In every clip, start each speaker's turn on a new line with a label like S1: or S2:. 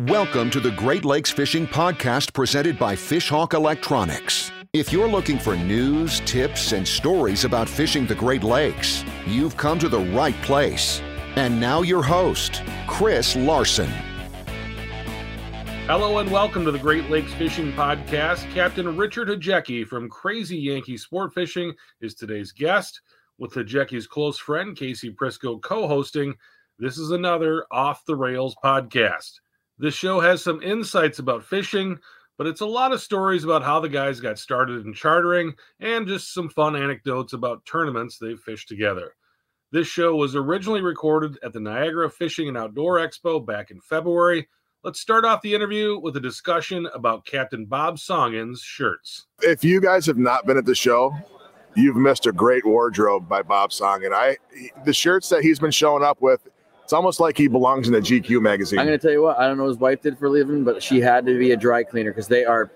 S1: Welcome to the Great Lakes Fishing Podcast presented by Fishhawk Electronics. If you're looking for news, tips, and stories about fishing the Great Lakes, you've come to the right place. And now, your host, Chris Larson.
S2: Hello and welcome to the Great Lakes Fishing Podcast. Captain Richard Hajeki from Crazy Yankee Sport Fishing is today's guest, with Hajeki's close friend Casey Prisco co hosting. This is another off the rails podcast. This show has some insights about fishing, but it's a lot of stories about how the guys got started in chartering and just some fun anecdotes about tournaments they've fished together. This show was originally recorded at the Niagara Fishing and Outdoor Expo back in February. Let's start off the interview with a discussion about Captain Bob Songin's shirts.
S3: If you guys have not been at the show, you've missed a great wardrobe by Bob Songin. I the shirts that he's been showing up with it's almost like he belongs in a GQ magazine.
S4: I'm going to tell you what, I don't know what his wife did for a living, but she had to be a dry cleaner because they are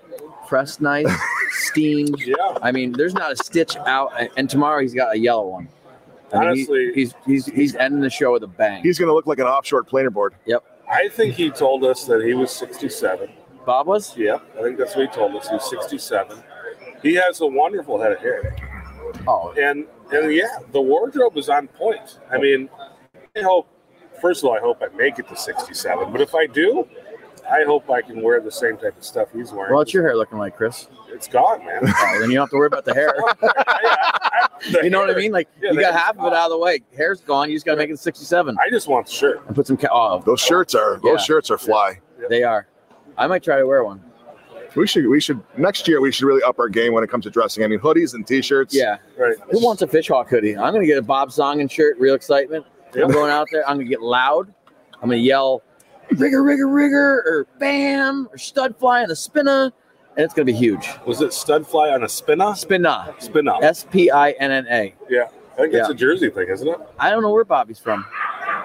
S4: pressed nice, steamed.
S5: Yeah.
S4: I mean, there's not a stitch out. and- And tomorrow he's got a yellow one. I mean, he-
S5: Honestly-
S4: he's, he's he's ending the show with a bang.
S3: He's going to look like an offshore planer board.
S5: I think he told us that he was 67.
S4: Bob was?
S5: Yeah, I think that's what he told us. He's 67. He has a wonderful head of hair.
S4: Oh,
S5: And and yeah, the wardrobe is on point. I mean, I hope first of all, I hope I make it to 67. But if I do, I hope I can wear the same type of stuff he's wearing.
S4: well, what's your hair looking like, Chris?
S5: It's gone, man.
S4: Oh, then you don't have to worry about the hair.
S5: I- I- the
S4: You know what I
S5: hair.
S4: mean? Like
S5: Yeah,
S4: you
S5: the
S4: got
S5: hair's
S4: half of it out of the way. Hair's gone. You just got to make it 67
S5: I just want the shirt.
S4: and put some. Ca- oh,
S3: Those shirts are
S4: Yeah.
S3: those shirts are fly.
S4: they are. I might try to wear one.
S3: We should we should next year we should really up our game when it comes to dressing. I mean hoodies and t-shirts.
S4: Yeah.
S5: Right.
S4: Who wants a fishhawk hoodie? I'm gonna get a Bob Songen shirt. Real excitement.
S5: Yep.
S4: I'm going out there. I'm gonna get loud. I'm gonna yell, rigger, rigger, rigger, or bam, or stud fly on a spinner, and it's gonna be huge.
S5: Was it stud fly on a spinna?
S4: Spinna,
S5: Spinna.
S4: S P I N N A.
S5: I think that's
S4: Yeah.
S5: a Jersey thing, isn't it?
S4: I don't know where Bobby's from.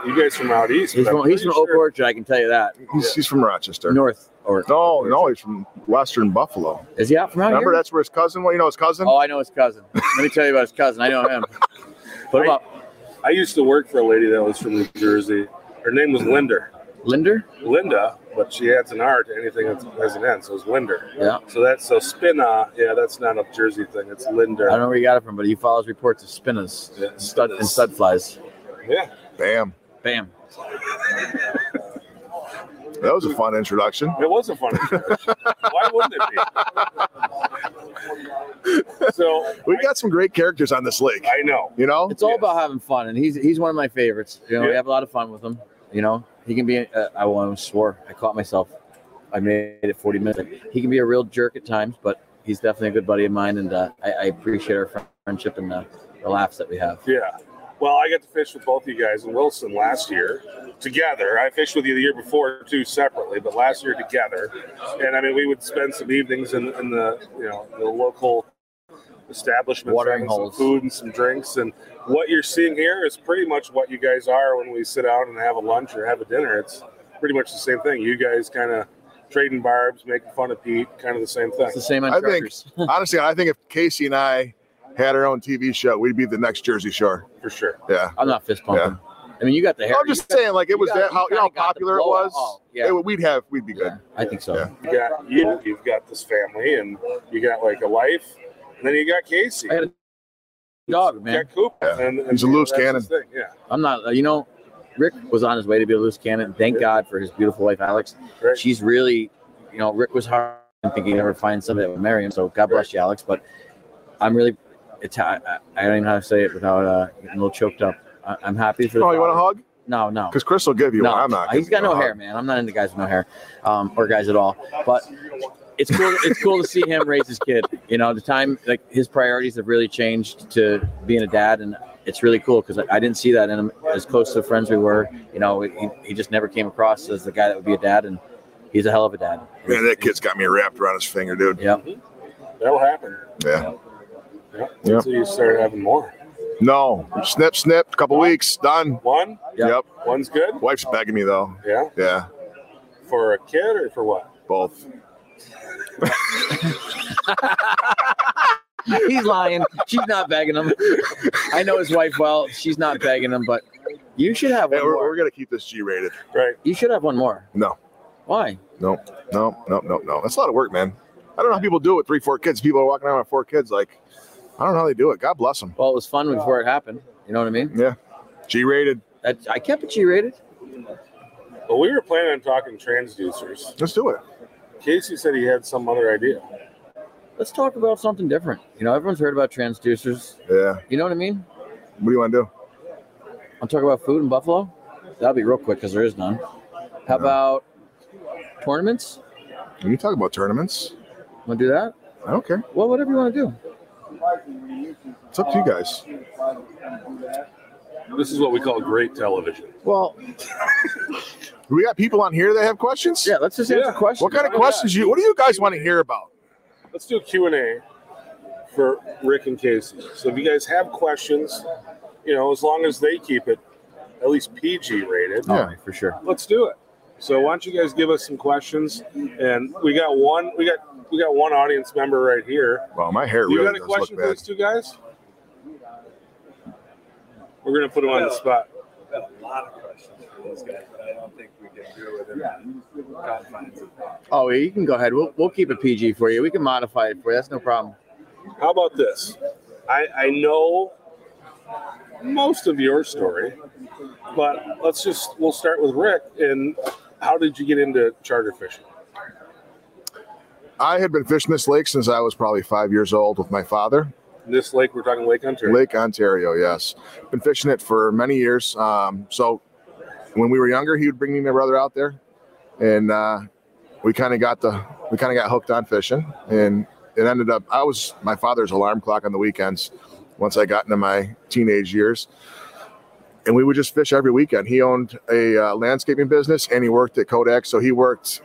S5: You guys from out east.
S4: He's
S5: but I'm
S4: from he's
S5: pretty
S4: from Oak
S5: sure-
S4: Orchard. I can tell you that.
S3: He's, he's from Rochester.
S4: North or
S3: No, no, he's from Western Buffalo.
S4: is he out from out
S3: Remember
S4: here?
S3: that's where his cousin. Well, you know his cousin.
S4: Oh, I know his cousin. Let me tell you about his cousin. I know him. Put him
S5: I-
S4: up.
S5: I used to work for a lady that was from New Jersey. Her name
S4: Mm-hmm.
S5: was Linder.
S4: Linder.
S5: Linda, but she adds an R to anything that has an N, so it's Linder.
S4: Yeah.
S5: So that's so spinna. Yeah, that's not a Jersey thing. It's
S4: I don't
S5: Linder.
S4: know where he got it from, but he follows reports of spinnas,
S5: Yeah,
S4: stud, and stud flies.
S5: Yeah.
S3: Bam.
S4: Bam.
S3: That was a fun introduction.
S5: It was a funny. introduction. Why wouldn't it be? so
S3: We got some great characters on this lake.
S5: I know.
S3: You know?
S4: It's all
S5: Oh, Yes.
S4: about having fun, and he's he's one of my favorites. You know, we
S5: Yeah.
S4: have a lot of fun with him. You know, he can be. Uh, I almost swore. I caught myself. I made it 40 minutes. He can be a real jerk at times, but he's definitely a good buddy of mine, and uh, I, I appreciate our fri- friendship and uh, the laughs that we have.
S5: Yeah. Well, I got to fish with both you guys and Wilson last year together. I fished with you the year before too separately, but last year together. And I mean, we would spend some evenings in, in the you know the local establishments,
S4: Watering
S5: having some
S4: holes.
S5: food and some drinks. And what you're seeing here is pretty much what you guys are when we sit down and have a lunch or have a dinner. It's pretty much the same thing. You guys kind of trading barbs, making fun of Pete, kind of the same thing.
S4: It's the same on
S3: I think-
S4: truckers.
S3: Honestly, I think if Casey and I had our own TV show, we'd be the next Jersey Shore.
S5: for sure.
S3: Yeah.
S4: I'm not fist pumping. I mean, you got the hair.
S3: I'm
S4: you
S3: just
S4: got-
S3: saying, like it
S4: you
S3: was
S4: got-
S3: that how you know how
S4: kinda got the
S3: popular it
S4: blowout.
S3: was.
S4: Oh, yeah.
S3: It- we'd have we'd be good.
S4: I think so.
S3: Yeah.
S5: You got you, you've got this family, and you got like a life, and then you got Casey.
S4: I had a dog, man.
S5: Jack Cooper.
S3: Yeah.
S5: And, and
S3: He's a loose
S5: that's
S3: cannon.
S5: his thing, Yeah.
S4: I'm not, uh, you know, Rick was on his way to be a loose cannon. Thank God for his beautiful wife, Alex.
S5: Right.
S4: She's really, you know, Rick was hard. I think he'd never find somebody that would marry him. So God bless you, Alex. But I'm really, it's, I, I- I don't even know how to say it without uh, getting a little choked up. I, I'm happy for the.
S3: Oh, you want a hug?
S4: No, no.
S3: Because Chris will give you
S4: no. uh,
S3: one. I'm not.
S4: He's got
S3: giving you
S4: no
S3: a hug.
S4: hair, man. I'm not into guys with no hair um, or guys at all. But it's cool. It's cool to see him raise his kid. You know, the time like his priorities have really changed to being a dad, and it's really cool because I, I didn't see that in him as close to friends we were. You know, he, he just never came across as the guy that would be a dad, and he's a hell of a dad.
S3: Man, that kid's got me wrapped around his finger, dude.
S4: Yeah,
S5: That'll happen.
S3: Yeah.
S5: Yeah.
S3: Yeah.
S5: Until you start having more.
S3: No, snip, snip. A couple weeks, done.
S5: One.
S4: Yeah.
S3: Yep.
S5: One's good.
S3: Wife's begging me though.
S5: Yeah.
S3: Yeah,
S5: For a kid or for what?
S3: both.
S4: he's lying. She's not begging him. I know his wife well. She's not begging him, but you should have
S3: Hey,
S4: one
S3: we're, we're
S4: more.
S3: gonna keep this G-rated.
S5: Right.
S4: You should have one more.
S3: No.
S4: Why?
S3: No, no, no, no, no. That's a lot of work, man. I don't know how people do it with three, four kids. People are walking around with four kids. Like, I don't know how they do it. God bless them.
S4: Well, it was fun before it happened. You know what I mean?
S3: Yeah. G rated.
S4: That, I kept it G-rated.
S5: But we were planning on talking transducers.
S3: Let's do it.
S5: Casey said he had some other idea.
S4: Let's talk about something different. You know, everyone's heard about transducers.
S3: Yeah.
S4: You know what I mean?
S3: What do you want to do?
S4: I'm talking about food in Buffalo. That'll be real quick because there is none. How about tournaments?
S3: When you talk about tournaments,
S4: Want to do that?
S3: I don't care.
S4: Well, whatever you want to do.
S3: It's up to you guys.
S5: This is what we call great television.
S4: Well,
S3: We got people on here that have questions.
S4: yeah, let's just answer
S5: Yeah.
S4: questions.
S3: What kind of
S5: Why not?
S3: questions you? What do you guys want to hear about?
S5: Let's do a Q&A for Rick and Casey. So if you guys have questions, you know, as long as they keep it at least PG rated,
S4: All
S3: Yeah.
S4: right, for sure.
S5: let's do it. So why don't you guys give us some questions? And we got one, we got we got one audience member right here.
S3: Well, my hair
S5: You
S3: really
S5: got a
S3: does look
S5: question for
S3: bad.
S5: these two guys? We're gonna put them on the spot.
S6: We've got a lot of questions for those guys, but I don't think we can do it within the confines of that.
S4: Oh, you can go ahead. We'll, we'll keep it PG for you. We can modify it for you. That's no problem.
S5: How about this? I, I know most of your story, but let's just we'll start with Rick. And how did you get into charter fishing?
S3: I had been fishing this lake since I was probably five years old with my father.
S5: This lake we're talking Lake Ontario.
S3: Lake Ontario, yes. Been fishing it for many years. Um, so when we were younger, he would bring me and my brother out there, and uh, we kind of got the we kind of got hooked on fishing, and it ended up I was my father's alarm clock on the weekends. Once I got into my teenage years, and we would just fish every weekend. He owned a uh, landscaping business, and he worked at Kodak, so he worked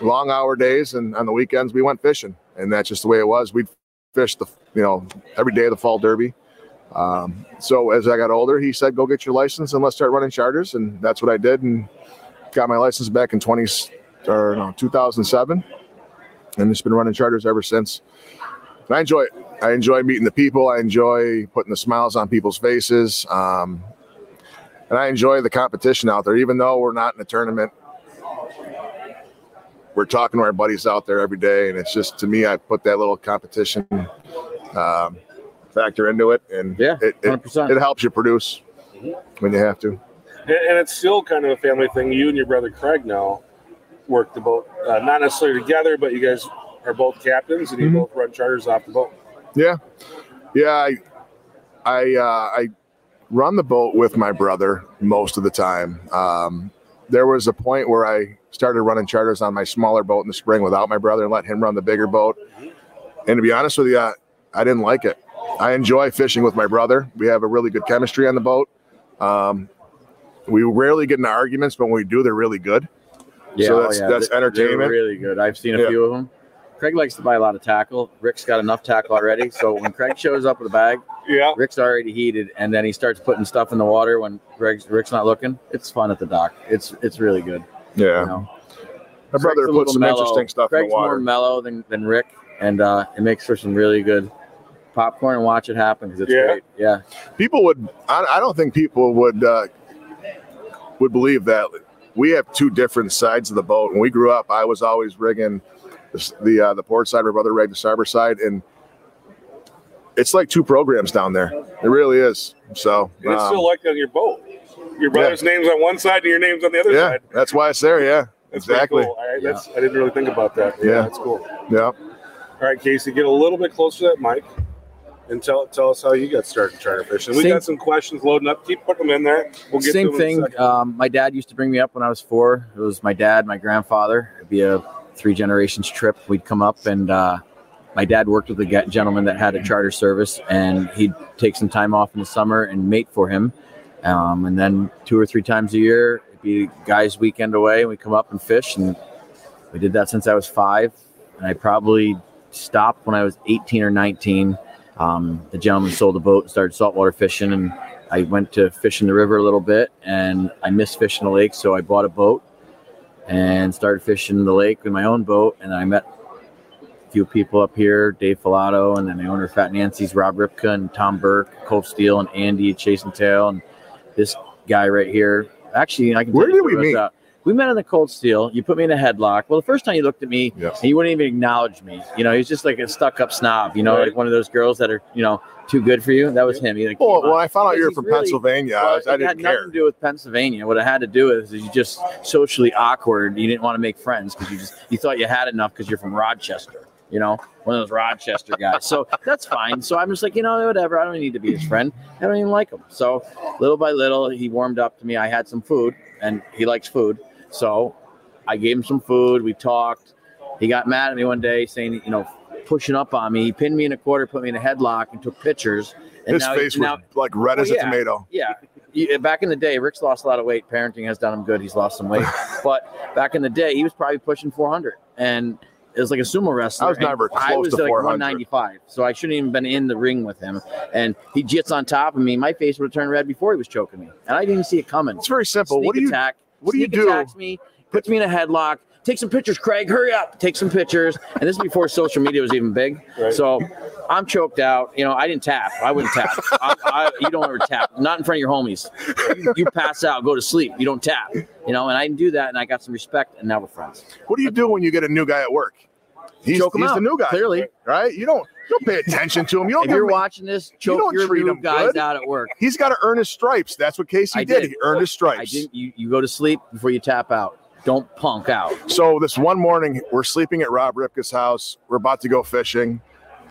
S3: long hour days, and on the weekends we went fishing, and that's just the way it was. We'd fish the you know every day of the fall derby. Um, so as I got older, he said, "Go get your license and let's start running charters," and that's what I did, and got my license back in twenty or no two thousand seven, and it's been running charters ever since. And I enjoy it. I enjoy meeting the people. I enjoy putting the smiles on people's faces, um, and I enjoy the competition out there. Even though we're not in a tournament, we're talking to our buddies out there every day, and it's just to me, I put that little competition um, factor into it, and
S4: Yeah,
S3: it, it
S4: 100%.
S3: it helps you produce when you have to.
S5: And, and it's still kind of a family thing. You and your brother Craig now work the boat, uh, not necessarily together, but you guys are both captains and you
S3: Mhm.
S5: both run charters off the boat.
S3: Yeah, yeah. I I uh, I run the boat with my brother most of the time. Um, there was a point where I started running charters on my smaller boat in the spring without my brother and let him run the bigger boat. And to be honest with you, I, I didn't like it. I enjoy fishing with my brother. We have a really good chemistry on the boat. Um, we rarely get into arguments, but when we do, they're really good. So that's- that's
S4: Oh, They're- they're
S3: entertainment.
S4: really good. I've seen a
S3: Yeah.
S4: few of them. Craig likes to buy a lot of tackle. Rick's got enough tackle already. So when Craig shows up with a bag,
S5: Yeah.
S4: Rick's already heated, and then he starts putting stuff in the water when Greg's, Rick's not looking. It's fun at the dock. It's it's really good.
S3: Yeah,
S4: You know?
S3: my brother
S4: Greg's a
S3: puts
S4: little
S3: some
S4: mellow.
S3: interesting stuff
S4: Greg's
S3: in the water.
S4: more mellow than, than Rick, and uh, it makes for some really good popcorn and watch it happen because it's
S5: Yeah.
S4: great. Yeah,
S3: people would I, I don't think people would uh, would believe that we have two different sides of the boat when we grew up i was always rigging the s- the, uh, the port side my brother rigged the starboard side and it's like two programs down there it really is so
S5: And it's
S3: um,
S5: still like on your boat. Your brother's name's on one side and your name's on the other
S3: yeah
S5: side.
S3: that's why it's there yeah
S5: That's pretty
S3: exactly
S5: Cool. I, that's, I didn't really think about that.
S3: Yeah.
S5: That's cool.
S3: yeah
S5: All right, Casey, get a little bit closer to that mic and tell tell us how you got started charter fishing. We
S4: Same-
S5: got some questions loading up. Keep putting them in there. We'll get to
S4: Same
S5: them in a
S4: thing.
S5: second.
S4: Um, my dad used to bring me up when I was four. It was my dad, my grandfather. It'd be a three generations trip. We'd come up, and uh, my dad worked with a ge- gentleman that had a charter service, and he'd take some time off in the summer and mate for him. Um, and then two or three times a year, it'd be guys' weekend away, and we come up and fish. And we did that since I was five, and I probably stopped when I was 18 or 19. Um, the gentleman sold the boat and started saltwater fishing, and I went to fish in the river a little bit and I missed fishing the lake, so I bought a boat and started fishing the lake with my own boat. And I met a few people up here, Dave Filato, and then the owner of Fat Nancy's, Rob Ripka, and Tom Burke, Colt Steele, and Andy at Chase and Tail, and this guy right here. Actually, I can.
S3: Where
S4: tell you
S3: did we
S4: about
S3: meet?
S4: that. we met on the cold steel. You put me in a headlock. Well, the first time you looked at me,
S3: Yep.
S4: and you wouldn't even acknowledge me. You know, he's just like a stuck up snob. You know,
S5: Right.
S4: like one of those girls that are you know too good for you. That was him. He like,
S3: Well,
S4: came
S3: when
S4: up.
S3: I found out
S4: Because
S3: you were
S4: he's
S3: from
S4: really-
S3: Pennsylvania, I, was, I
S4: it
S3: didn't
S4: had
S3: care.
S4: nothing to do with Pennsylvania. What it had to do with is you just socially awkward. You didn't want to make friends because you just you thought you had enough because you're from Rochester. You know, one of those Rochester guys. So that's fine. So I'm just like, you know, whatever. I don't need to be his friend. I don't even like him. So little by little, he warmed up to me. I had some food, and he likes food. So I gave him some food. We talked. He got mad at me one day, saying, you know, pushing up on me. He pinned me in a quarter, put me in a headlock, and took pictures. And
S3: His
S4: now-
S3: face
S4: now,
S3: was like red
S4: Well,
S3: as
S4: yeah.
S3: a tomato.
S4: yeah. You- Back in the day, Rick's lost a lot of weight. Parenting has done him good. He's lost some weight. But back in the day, he was probably pushing 400. And it was like a sumo wrestler.
S3: I was
S4: and
S3: never
S4: I
S3: close
S4: was
S3: to
S4: like
S3: 400.
S4: 195. So I shouldn't even been in the ring with him. And he gets on top of me. My face would have turned red before he was choking me. And I didn't see it coming.
S3: It's very simple. what do
S4: Sneak
S3: you?
S4: attack,
S3: what do you
S4: sneak
S3: do?
S4: Attacks me, puts me in a headlock. Take some pictures, Craig. Hurry up. Take some pictures. And this is before social media was even big.
S5: Right.
S4: So I'm choked out. You know, I didn't tap. I wouldn't tap. I, I, you don't ever tap. Not in front of your homies. You, you pass out, go to sleep. You don't tap. You know, and I didn't do that. And I got some respect. And now we're friends.
S3: What do you do when you get a new guy at work? He's,
S4: Choke him
S3: he's
S4: out,
S3: the new guy,
S4: clearly.
S3: right? You don't you don't pay attention to him. You don't.
S4: If you're
S3: give him-
S4: watching this, choke
S3: don't
S4: your
S3: treat
S4: new
S3: 'em
S4: guys
S3: good.
S4: out at work.
S3: he's got to earn his stripes. That's what Casey
S4: I
S3: did.
S4: did.
S3: He earned his
S4: I
S3: stripes.
S4: didn't. You, you go to sleep before you tap out. Don't punk out.
S3: So this one morning, we're sleeping at Rob Ripka's house. We're about to go fishing.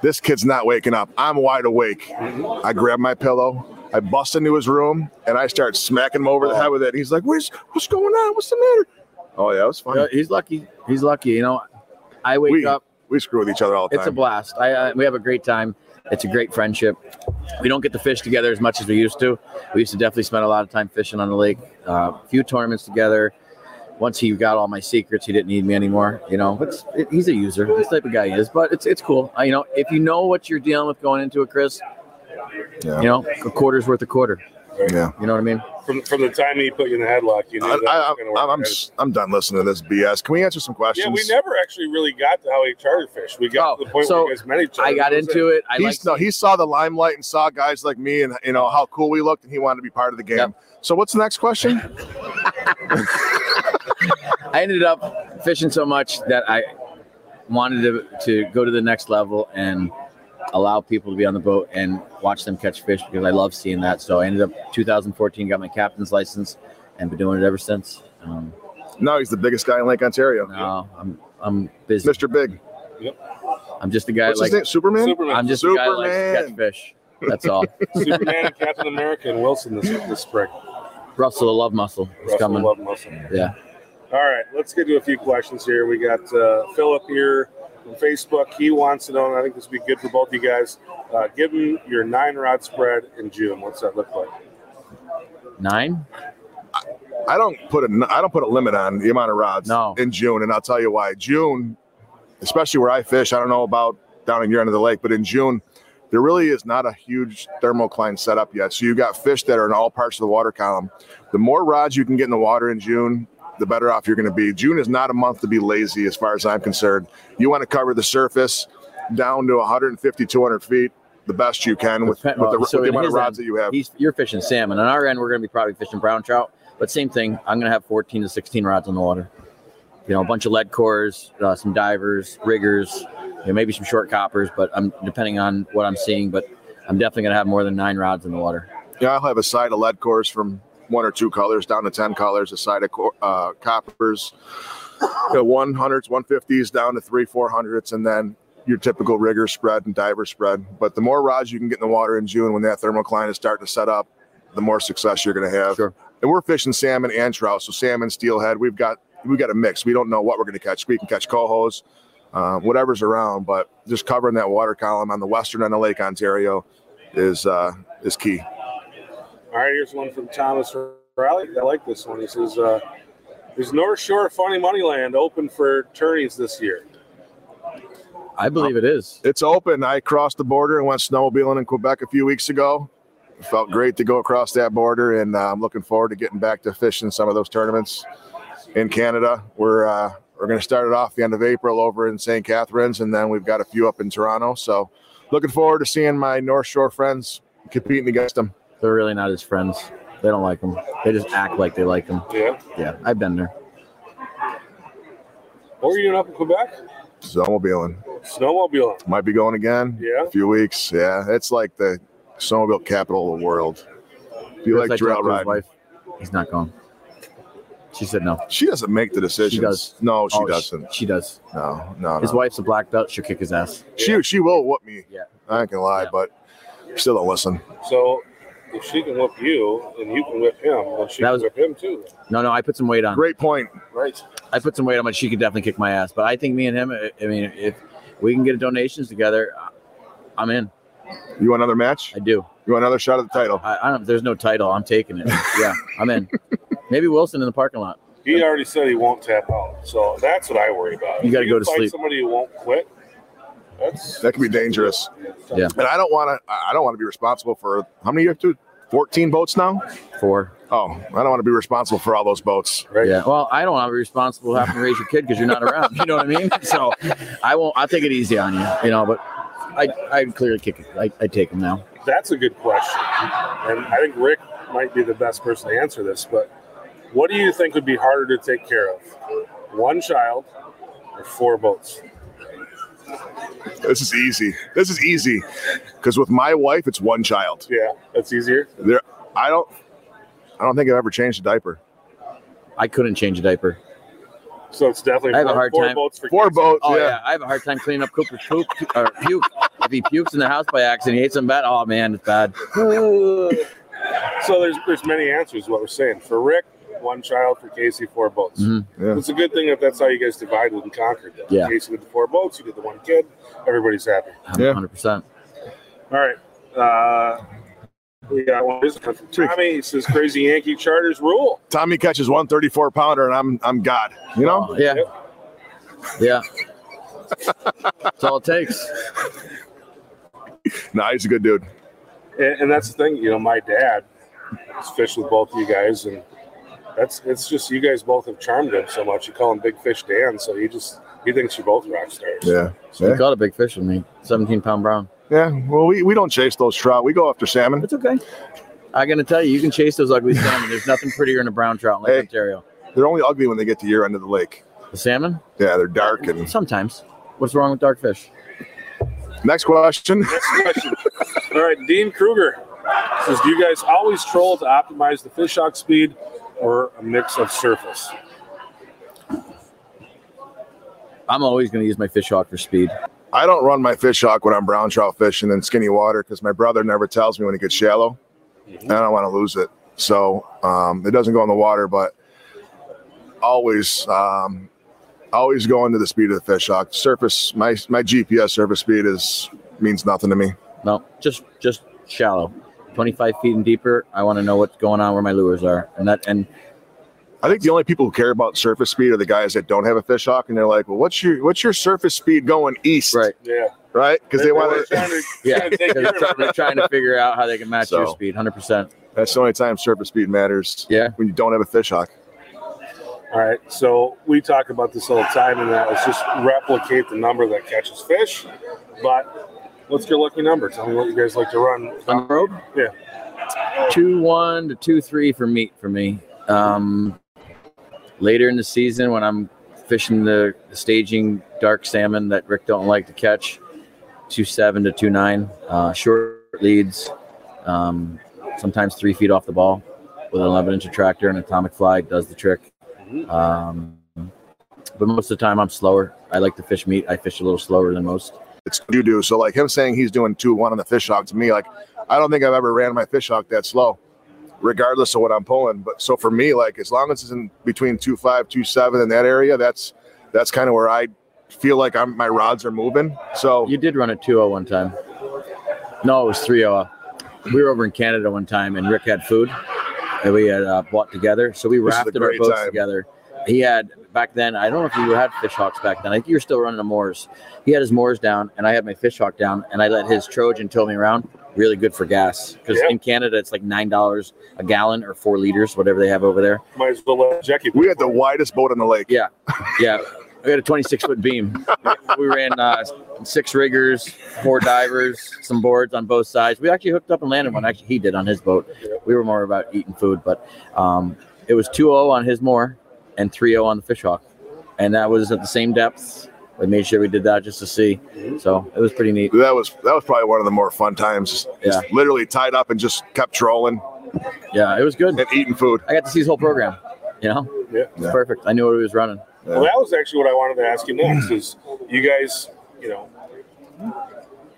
S3: This kid's not waking up. I'm wide awake. I grab my pillow. I bust into his room and I start smacking him over
S4: Oh.
S3: the head with it. He's like, "What's what's going on? What's the matter?" Oh yeah, it was fun.
S4: Yeah, he's lucky. He's lucky. You know, I wake
S3: We-
S4: up.
S3: We screw with each other all the
S4: It's a
S3: time.
S4: blast. I, I we have a great time. It's a great friendship. We don't get to fish together as much as we used to. We used to definitely spend a lot of time fishing on the lake. Uh, a few tournaments together. Once he got all my secrets, he didn't need me anymore. You know, it's, it, he's a user. This type of guy he is, but it's it's cool. Uh, you know, if you know what you're dealing with going into it, Chris.
S3: Yeah.
S4: You know, a quarter's worth a quarter.
S3: yeah,
S4: You know what I mean?
S5: From from the time he put you in the headlock, you knew
S3: I,
S5: that
S3: I,
S5: was gonna work.
S3: I'm I'm, s- I'm done listening to this BS. Can we answer some questions?
S5: yeah, we never actually really got to how he charter fished. We got
S4: Oh,
S5: to the point
S4: so
S5: where you guys met each other.
S4: I got
S5: That was
S4: into it. I
S3: He's-
S4: like
S3: no, he saw the limelight and saw guys like me and you know how cool we looked, and he wanted to be part of the game.
S4: Yep.
S3: So what's the next question?
S4: I ended up fishing so much that I wanted to, to go to the next level and allow people to be on the boat and watch them catch fish because I love seeing that. So I ended up 2014 got my captain's license and been doing it ever since. Um,
S3: now he's the biggest guy in Lake Ontario,
S4: now I'm I'm busy.
S3: Mr. Big.
S4: I'm just a guy
S3: What's
S4: like
S3: his name? Superman.
S5: Superman.
S4: I'm just a guy that likes to catch
S3: Superman.
S4: fish. That's all.
S5: Superman and Captain America and Wilson this, this spring.
S4: Russell, the love muscle is
S5: Russell
S4: coming.
S5: Love Muscle.
S4: Yeah.
S5: All right, let's get to a few questions here. We got uh, Philip here from Facebook. He wants to know, and I think this would be good for both you guys. Uh, give him your nine rod spread in June. What's that look like?
S4: Nine?
S3: I don't put a I don't put a limit on the amount of rods
S4: No.
S3: in June, and I'll tell you why. June, especially where I fish, I don't know about down in your end of the lake, but in June, there really is not a huge thermocline set up yet. So you got fish that are in all parts of the water column. The more rods you can get in the water in June, the better off you're going to be. June is not a month to be lazy, as far as I'm concerned. You want to cover the surface down to 150, 200 feet the best you can with, with
S4: Depend-
S3: the,
S4: well, so
S3: with the
S4: in
S3: amount of
S4: his
S3: rods that you have.
S4: He's you're fishing salmon. On our end, we're gonna be probably fishing brown trout, but same thing. I'm gonna have 14 to 16 rods on the water. You know, a bunch of lead cores, uh, some divers, riggers, you know, maybe some short coppers, but I'm depending on what I'm seeing, but I'm definitely gonna have more than nine rods in the water.
S3: Yeah, I'll have a side of lead cores from one or two colors down to 10 colors, a side of co- uh, coppers, you know, 100s, 150s down to three, 400s, and then your typical rigger spread and diver spread. But the more rods you can get in the water in June when that thermocline is starting to set up, the more success you're going to have.
S4: Sure.
S3: And we're fishing salmon and trout. So salmon, steelhead, we've got we got a mix. We don't know what we're going to catch. We can catch cohos, uh, whatever's around, but just covering that water column on the western end of Lake Ontario is uh, is key.
S5: All right, here's one from Thomas Riley. I like this one. He says, uh, "Is North Shore Funny Money Land open for tourneys this year?"
S4: I believe it is.
S3: It's open. I crossed the border and went snowmobiling in Quebec a few weeks ago. It felt great to go across that border, and uh, I'm looking forward to getting back to fishing some of those tournaments in Canada. We're uh, we're going to start it off the end of April over in St. Catharines, and then we've got a few up in Toronto. So, looking forward to seeing my North Shore friends competing against them.
S4: They're really not his friends. They don't like him. They just act like they like him.
S5: Yeah.
S4: Yeah, I've been there.
S5: What were you doing up in Quebec?
S3: Snowmobiling.
S5: Snowmobiling.
S3: Might be going again.
S5: Yeah.
S3: A few weeks. Yeah. It's like the snowmobile capital of the world. If you
S4: Chris, I
S3: like trail
S4: talked to his
S3: riding,
S4: wife. He's not going. She said no.
S3: she doesn't make the decisions.
S4: does.
S3: No, she
S4: Oh,
S3: doesn't. Uh-huh.
S4: She, does.
S3: no, no.
S4: His
S3: no.
S4: wife's a black belt. She'll kick his ass.
S3: She she will whoop me.
S4: Yeah.
S3: I ain't gonna lie,
S4: Yeah.
S3: but still don't listen.
S5: So if she can whip you and you can whip him, then she
S4: That
S5: can
S4: was-
S5: whip him too.
S4: No, no, I put some weight on.
S3: Great point.
S5: Right.
S4: I put some weight on, but she could definitely kick my ass. But I think me and him, uh, I I mean, if we can get donations together, I- I'm in.
S3: You want another match?
S4: I do.
S3: You want another shot at the title?
S4: I, I don't. There's no title. I'm taking it. Yeah, I'm in. Maybe Wilson in the parking lot.
S5: He already said he won't tap out. So that's what I worry about.
S4: You gotta
S5: If
S4: go to
S5: fight
S4: sleep.
S5: Somebody who won't quit. That's
S3: That could be dangerous.
S4: Yeah.
S3: And I don't want to. I don't want to be responsible for how many you have to. Fourteen boats now.
S4: Four.
S3: Oh, I don't want to be responsible for all those boats.
S5: right.
S4: Yeah. Well, I don't want to be responsible having to raise your kid because you're not around. You know what I mean? So I won't. I'll take it easy on you. You know, but I I clearly kick it. I, I take him now.
S5: That's a good question. And I think Rick might be the best person to answer this, but what do you think would be harder to take care of? One child or four boats?
S3: This is easy. This is easy because with my wife, it's one child.
S5: Yeah, that's easier.
S3: There, I don't. I don't think I've ever changed a diaper.
S4: I couldn't change a diaper.
S5: So it's definitely
S4: I have a
S5: four,
S4: hard
S5: four
S4: time-
S5: boats for
S3: Four
S5: kids.
S3: boats.
S4: Oh yeah.
S3: yeah.
S4: I have a hard time cleaning up Cooper's poop or puke. If he pukes in the house by accident, he hates him bad. Oh man, it's bad.
S5: So there's there's many answers to what we're saying. For Rick, one child, for Casey, four boats.
S4: Mhm.
S3: Yeah.
S5: It's a good thing if that's how you guys divided and conquered them.
S4: Yeah.
S5: Casey did the four boats, you did the one kid, everybody's happy.
S3: Yeah.
S4: 100. percent
S5: All right. Uh we got one this one from Tommy. He says crazy Yankee charters rule.
S3: Tommy catches one thirty-four pounder, and I'm I'm God. You know.
S4: Yeah. Yeah. That's all it takes. Oh.
S3: No, he's a good dude.
S5: And, and that's the thing, you know, my dad has fished with both of you guys, and that's it's just you guys both have charmed him so much. You call him Big Fish Dan, so he just he thinks you're both rock stars.
S3: Yeah.
S4: You caught a big fish with me, 17 pound brown.
S3: Yeah. Well, we, we don't chase those trout. We go after salmon.
S4: It's okay. I'm gonna tell you, you can chase those ugly salmon. There's nothing prettier than a brown trout in Lake
S3: Hey.
S4: Ontario.
S3: They're only ugly when they get to your end of the lake.
S4: The salmon,
S3: Yeah, they're dark. And
S4: sometimes. What's wrong with dark fish?
S3: next question.
S5: Next question. All right, Dean Kruger says, do you guys always troll to optimize the fish hook speed, or a mix of surface?
S4: I'm always gonna use my fish hawk for speed.
S3: I don't run my fish hawk when I'm brown trout fishing in skinny water because my brother never tells me when it gets shallow. And I don't want to lose it. So um, it doesn't go in the water, but always, um, always go into the speed of the fish hawk. Surface, my, my GPS surface speed is means nothing to me.
S4: No, just just shallow. 25 feet and deeper. I want to know what's going on where my lures are, and that and
S3: I think the only people who care about surface speed are the guys that don't have a fish hawk, and they're like, "Well, what's your what's your surface speed going east?"
S4: right,
S5: Yeah,
S3: right? Because they want
S5: They're trying
S3: to.
S5: to.
S4: yeah.
S5: take care
S4: They're
S5: of
S4: try- they're trying to figure out how they can match your
S3: So.
S4: speed. 100. percent
S3: That's the only time surface speed matters.
S4: Yeah.
S3: When you don't have a fish hawk.
S5: All right, so we talk about this all the time, and that is just replicate the number that catches fish. But what's your lucky number? Tell me what you guys like to run.
S4: On the road? Yeah. Two one to two three for meat for me. Um, later in the season, when I'm fishing the, the staging dark salmon that Rick don't like to catch, two seven to two nine. Uh, short leads, um, sometimes three feet off the ball with an 11 inch attractor and atomic fly does the trick. Um, but most of the time, I'm slower. I like to fish meat. I fish a little slower than most.
S3: It's what you do. So like him saying he's doing two one on the fish hawk to me, like I don't think I've ever ran my fish hawk that slow, regardless of what I'm pulling. But so for me, like as long as it's in between two five, two seven in that area, that's that's kind of where I feel like I'm my rods are moving. So
S4: You did run a 2 0 one time. No, it was 3 0. We were over in Canada one time and Rick had food that we had uh, bought together. So we
S3: This is a
S4: rafted our
S3: great
S4: boats
S3: time.
S4: together. He had back then, I don't know if you had fish hawks back then. I think you were still running the Moors. He had his Moors down and I had my fish hawk down and I let his Trojan tow me around. Really good for gas because
S5: Yeah.
S4: in Canada it's like $9 a gallon or four liters, whatever they have over there.
S5: Might as well let Jackie.
S3: we had the widest boat on the lake.
S4: Yeah, yeah. We had a 26 foot beam. We ran uh, six riggers, four divers, some boards on both sides. We actually hooked up and landed one. Actually, he did on his boat. We were more oh about eating food, but um, it was 2 0 on his moor and 3 0 on oh the fish hawk. and that was at the same depth. We made sure we did that just to see. So it was pretty neat.
S3: That was that was probably one of the more fun times. Just literally tied up and just kept trolling
S4: Yeah, it was good.
S3: and eating food.
S4: I got to see his whole program. You know,
S5: Yeah.
S4: it's perfect. I knew what he was running.
S5: Well, that was actually what I wanted to ask you next. Is you guys, you know,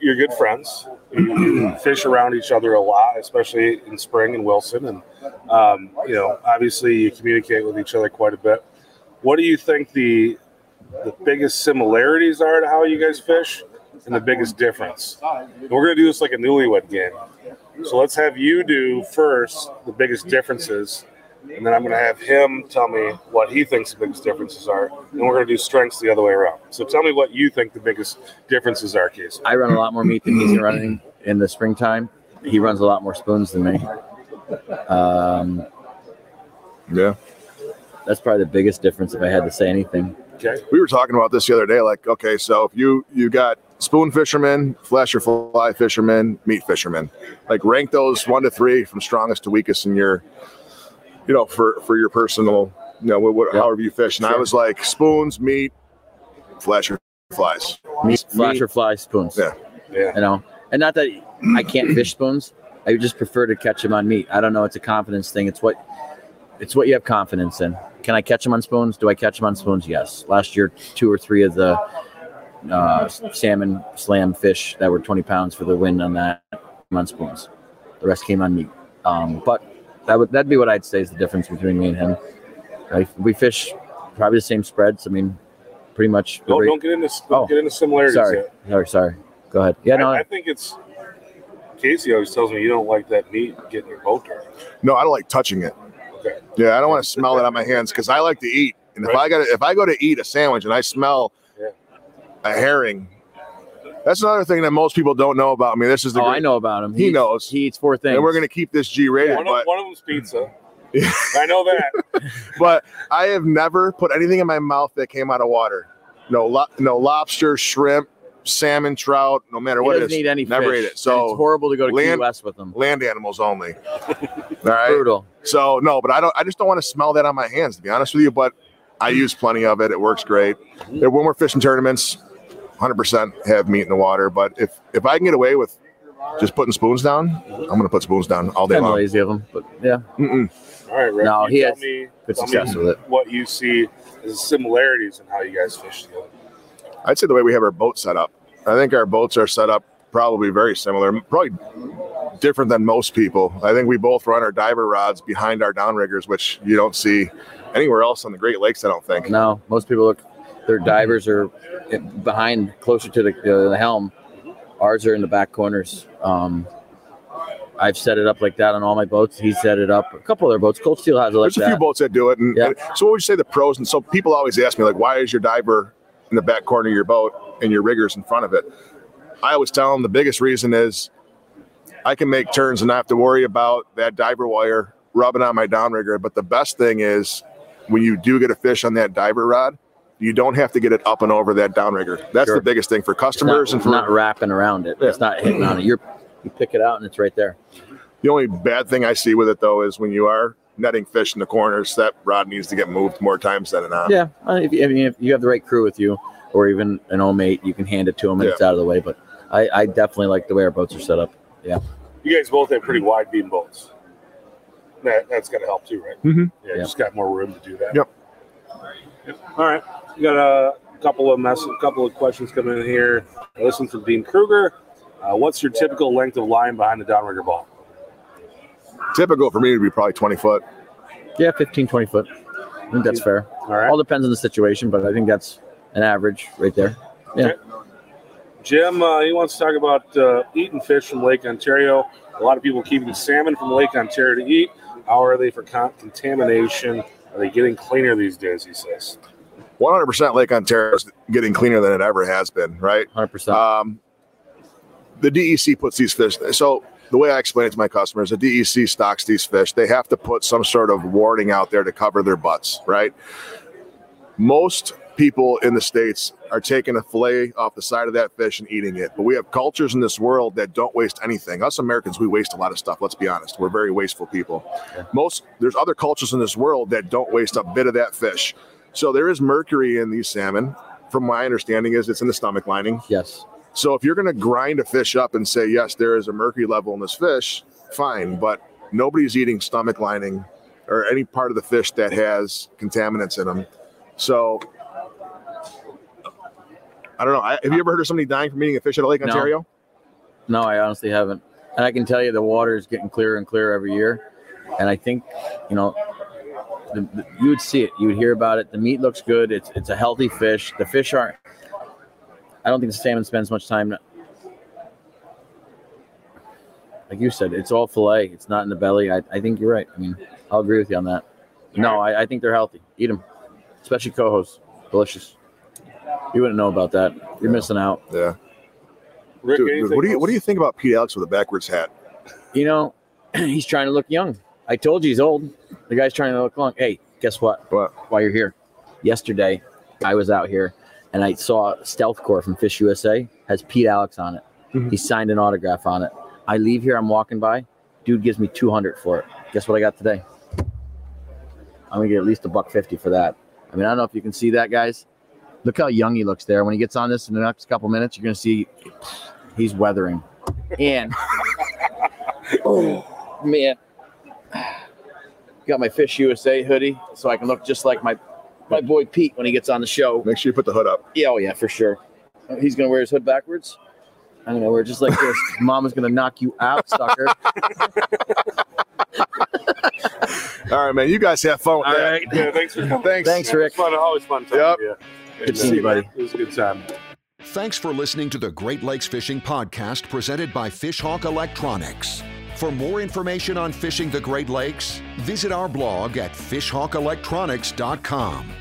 S5: you're good friends. You fish around each other a lot, especially in spring in Wilson, and um, you know, obviously you communicate with each other quite a bit. What do you think the the biggest similarities are to how you guys fish, and the biggest difference? And we're gonna do this like a newlywed game. So let's have you do first the biggest differences, and then I'm going to have him tell me what he thinks the biggest differences are, and we're going to do strengths the other way around. So tell me what you think the biggest differences are, Casey.
S4: I run a lot more meat than he's running in the springtime. He runs a lot more spoons than me. Um,
S3: Yeah.
S4: that's probably the biggest difference if I had to say anything.
S5: Okay.
S3: We were talking about this the other day. Like, okay, so if you you got spoon fishermen, flash or fly fishermen, meat fishermen, like rank those one to three from strongest to weakest in your, you know, for for your personal, you know, what, what,
S4: Yeah.
S3: however you fish. And I
S4: Sure.
S3: was like spoons, meat, flash or flies.
S4: Meat, flash or fly spoons.
S3: Yeah.
S5: Yeah.
S4: You know, and not that I can't fish spoons. I just prefer to catch them on meat. I don't know. It's a confidence thing. It's what it's what you have confidence in. Can I catch them on spoons? Do I catch them on spoons? Yes. Last year, two or three of the uh, salmon slam fish that were 20 pounds for the win on that came on spoons. The rest came on meat. Um, but that would that'd be what I'd say is the difference between me and him. I, we fish probably the same spreads. I mean, pretty much.
S5: Don't,
S4: every-
S5: don't get into don't
S4: Oh.
S5: get into similarities
S4: sorry,
S5: yet.
S4: sorry, sorry. Go ahead. Yeah, no.
S5: I, I think it's Casey always tells me you don't like that meat getting your boat dirty.
S3: No, I don't like touching it.
S5: Okay.
S3: Yeah, I don't want to smell it on my hands because I like to eat. And if
S5: Right.
S3: I got if I go to eat a sandwich and I smell
S5: Yeah.
S3: a herring, that's another thing that most people don't know about me. This is the
S4: oh,
S3: great-
S4: I know about him.
S3: He
S4: eats-
S3: knows.
S4: He eats four things.
S3: and we're gonna keep this G rated,
S5: One, of,
S3: but
S5: one of them's pizza. I know that.
S3: but I have never put anything in my mouth that came out of water. No, lo- no lobster, shrimp, salmon, trout, no matter
S4: He
S3: what it
S4: doesn't
S3: is,
S4: eat any
S3: never
S4: fish,
S3: ate it.
S4: and
S3: So-
S4: it's horrible to go to
S3: Land-
S4: Key West with him.
S3: land animals only. All right.
S4: Brutal.
S3: So no, but I don't. I just don't want to smell that on my hands, to be honest with you. But I use plenty of it. It works great. And When we're fishing tournaments, 100% have meat in the water. But if if I can get away with just putting spoons down, I'm gonna put spoons down all day
S4: Kind of
S3: long.
S4: lazy of him, but yeah,
S3: Mm-mm.
S5: All right, Rick.
S4: No,
S5: you
S4: he
S5: tell
S4: has
S5: me,
S4: good
S5: tell me
S4: success with it.
S5: what you see as similarities in how you guys fish together.
S3: I'd say the way we have our boat set up. I think our boats are set up probably very similar, probably different than most people. I think we both run our diver rods behind our downriggers, which you don't see anywhere else on the Great Lakes. I don't think.
S4: No, most people look. Their divers are behind, closer to the, uh, the helm. Ours are in the back corners. Um, I've set it up like that on all my boats. He set it up. A couple of their boats. Cold Steel has it like
S3: There's a few
S4: that.
S3: boats that do it. And,
S4: uh, Yeah.
S3: and so, what would you say the pros? And so, people always ask me, like, why is your diver in the back corner of your boat and your rigger's in front of it? I always tell them the biggest reason is I can make turns and not have to worry about that diver wire rubbing on my downrigger. But the best thing is when you do get a fish on that diver rod, you don't have to get it up and over that downrigger. That's
S4: Sure.
S3: the biggest thing for
S4: It's not,
S3: customers and
S4: it's
S3: for
S4: not wrapping around it. It's not hitting on it. You're you pick it out and it's right there.
S3: The only bad thing I see with it though is when you are netting fish in the corners, that rod needs to get moved more times than not.
S4: Yeah, I mean, if, you- I mean, if you have the right crew with you, or even an old mate, you can hand it to them and
S3: Yeah.
S4: it's out of the way. But I, I definitely like the way our boats are set up.
S5: You guys both have pretty wide beam boats. That that's gonna help too, right?
S3: Mhm.
S5: Yeah,
S4: Yeah.
S5: just got more room to do that.
S3: Yep.
S5: All right, we got a couple of mess, a couple of questions coming in here. This one's from Dean Kruger. Uh, what's your typical length of line behind the downrigger ball?
S3: Typical for me would be probably 20 foot.
S4: Yeah, 15, 20 foot. I think that's fair.
S5: All right,
S4: All depends on the situation, but I think that's an average right there.
S5: Jim, uh, he wants to talk about uh, eating fish from Lake Ontario. A lot of people keeping salmon from Lake Ontario to eat. How are they for con- contamination? Are they getting cleaner these days? He says.
S3: 100% Lake Ontario is getting cleaner than it ever has been, right?
S4: 100%.
S5: Uh,
S3: Um, the DEC puts these fish. So the way I explain it to my customers, the DEC stocks these fish. They have to put some sort of warning out there to cover their butts, right? Most people in the states are taking a fillet off the side of that fish and eating it. But we have cultures in this world that don't waste anything. Us Americans, we waste a lot of stuff. Let's be honest. We're very wasteful people. Most there's other cultures in this world that don't waste a bit of that fish. So there is mercury in these salmon. From my understanding, is it's in the stomach lining.
S4: Yes.
S3: So if you're going to grind a fish up and say yes, there is a mercury level in this fish, fine. But nobody's eating stomach lining or any part of the fish that has contaminants in them. So I don't know. I, have you ever heard of somebody dying from eating a fish at a lake,
S4: No.
S3: Ontario?
S4: No, I honestly haven't. And I can tell you the water is getting clearer and clearer every year. And I think, you know, the, the, you would see it, you would hear about it. The meat looks good. It's it's a healthy fish. The fish aren't. I don't think the salmon spends much time. Like you said, it's all fillet. It's not in the belly. I, I think you're right. I mean, I'll agree with you on that. No, I, I think they're healthy. Eat them, especially cohos. Delicious. You wouldn't know about that. You're missing out.
S3: Yeah.
S5: Rick,
S3: Dude, dude,
S5: anything
S3: what do you
S5: else?
S3: what do you think about Pete Alex with a backwards hat?
S4: you know, he's trying to look young. I told you he's old. The guy's trying to look young. Hey, guess what?
S3: What?
S4: While you're here, yesterday I was out here and I saw Stealth Corps from Fish USA has Pete Alex on it.
S3: Mhm.
S4: He signed an autograph on it. I leave here. I'm walking by. Dude gives me 200 for it. Guess what I got today? I'm gonna get at least a buck fifty for that. I mean, I don't know if you can see that, guys. Look how young he looks there. When he gets on this in the next couple minutes, you're gonna see he's weathering. And Oh man. Got my Fish USA hoodie so I can look just like my my boy Pete when he gets on the show.
S3: Make sure you put the hood up.
S4: Yeah, oh yeah, for sure. He's gonna wear his hood backwards. I'm gonna wear it just like this. Mama's gonna knock you out, sucker.
S3: All right, man. You guys have fun with
S2: All
S3: that.
S2: right.
S5: Yeah, thanks for coming.
S3: Thanks.
S4: Thanks, Rick.
S5: It's fun, always fun time.
S3: Yep.
S5: Yeah.
S4: Good seeing you, buddy.
S5: It was a good time.
S1: Thanks for listening to the Great Lakes Fishing Podcast presented by Fishhawk Electronics. For more information on fishing the Great Lakes, visit our blog at fishhawkelectronics.com.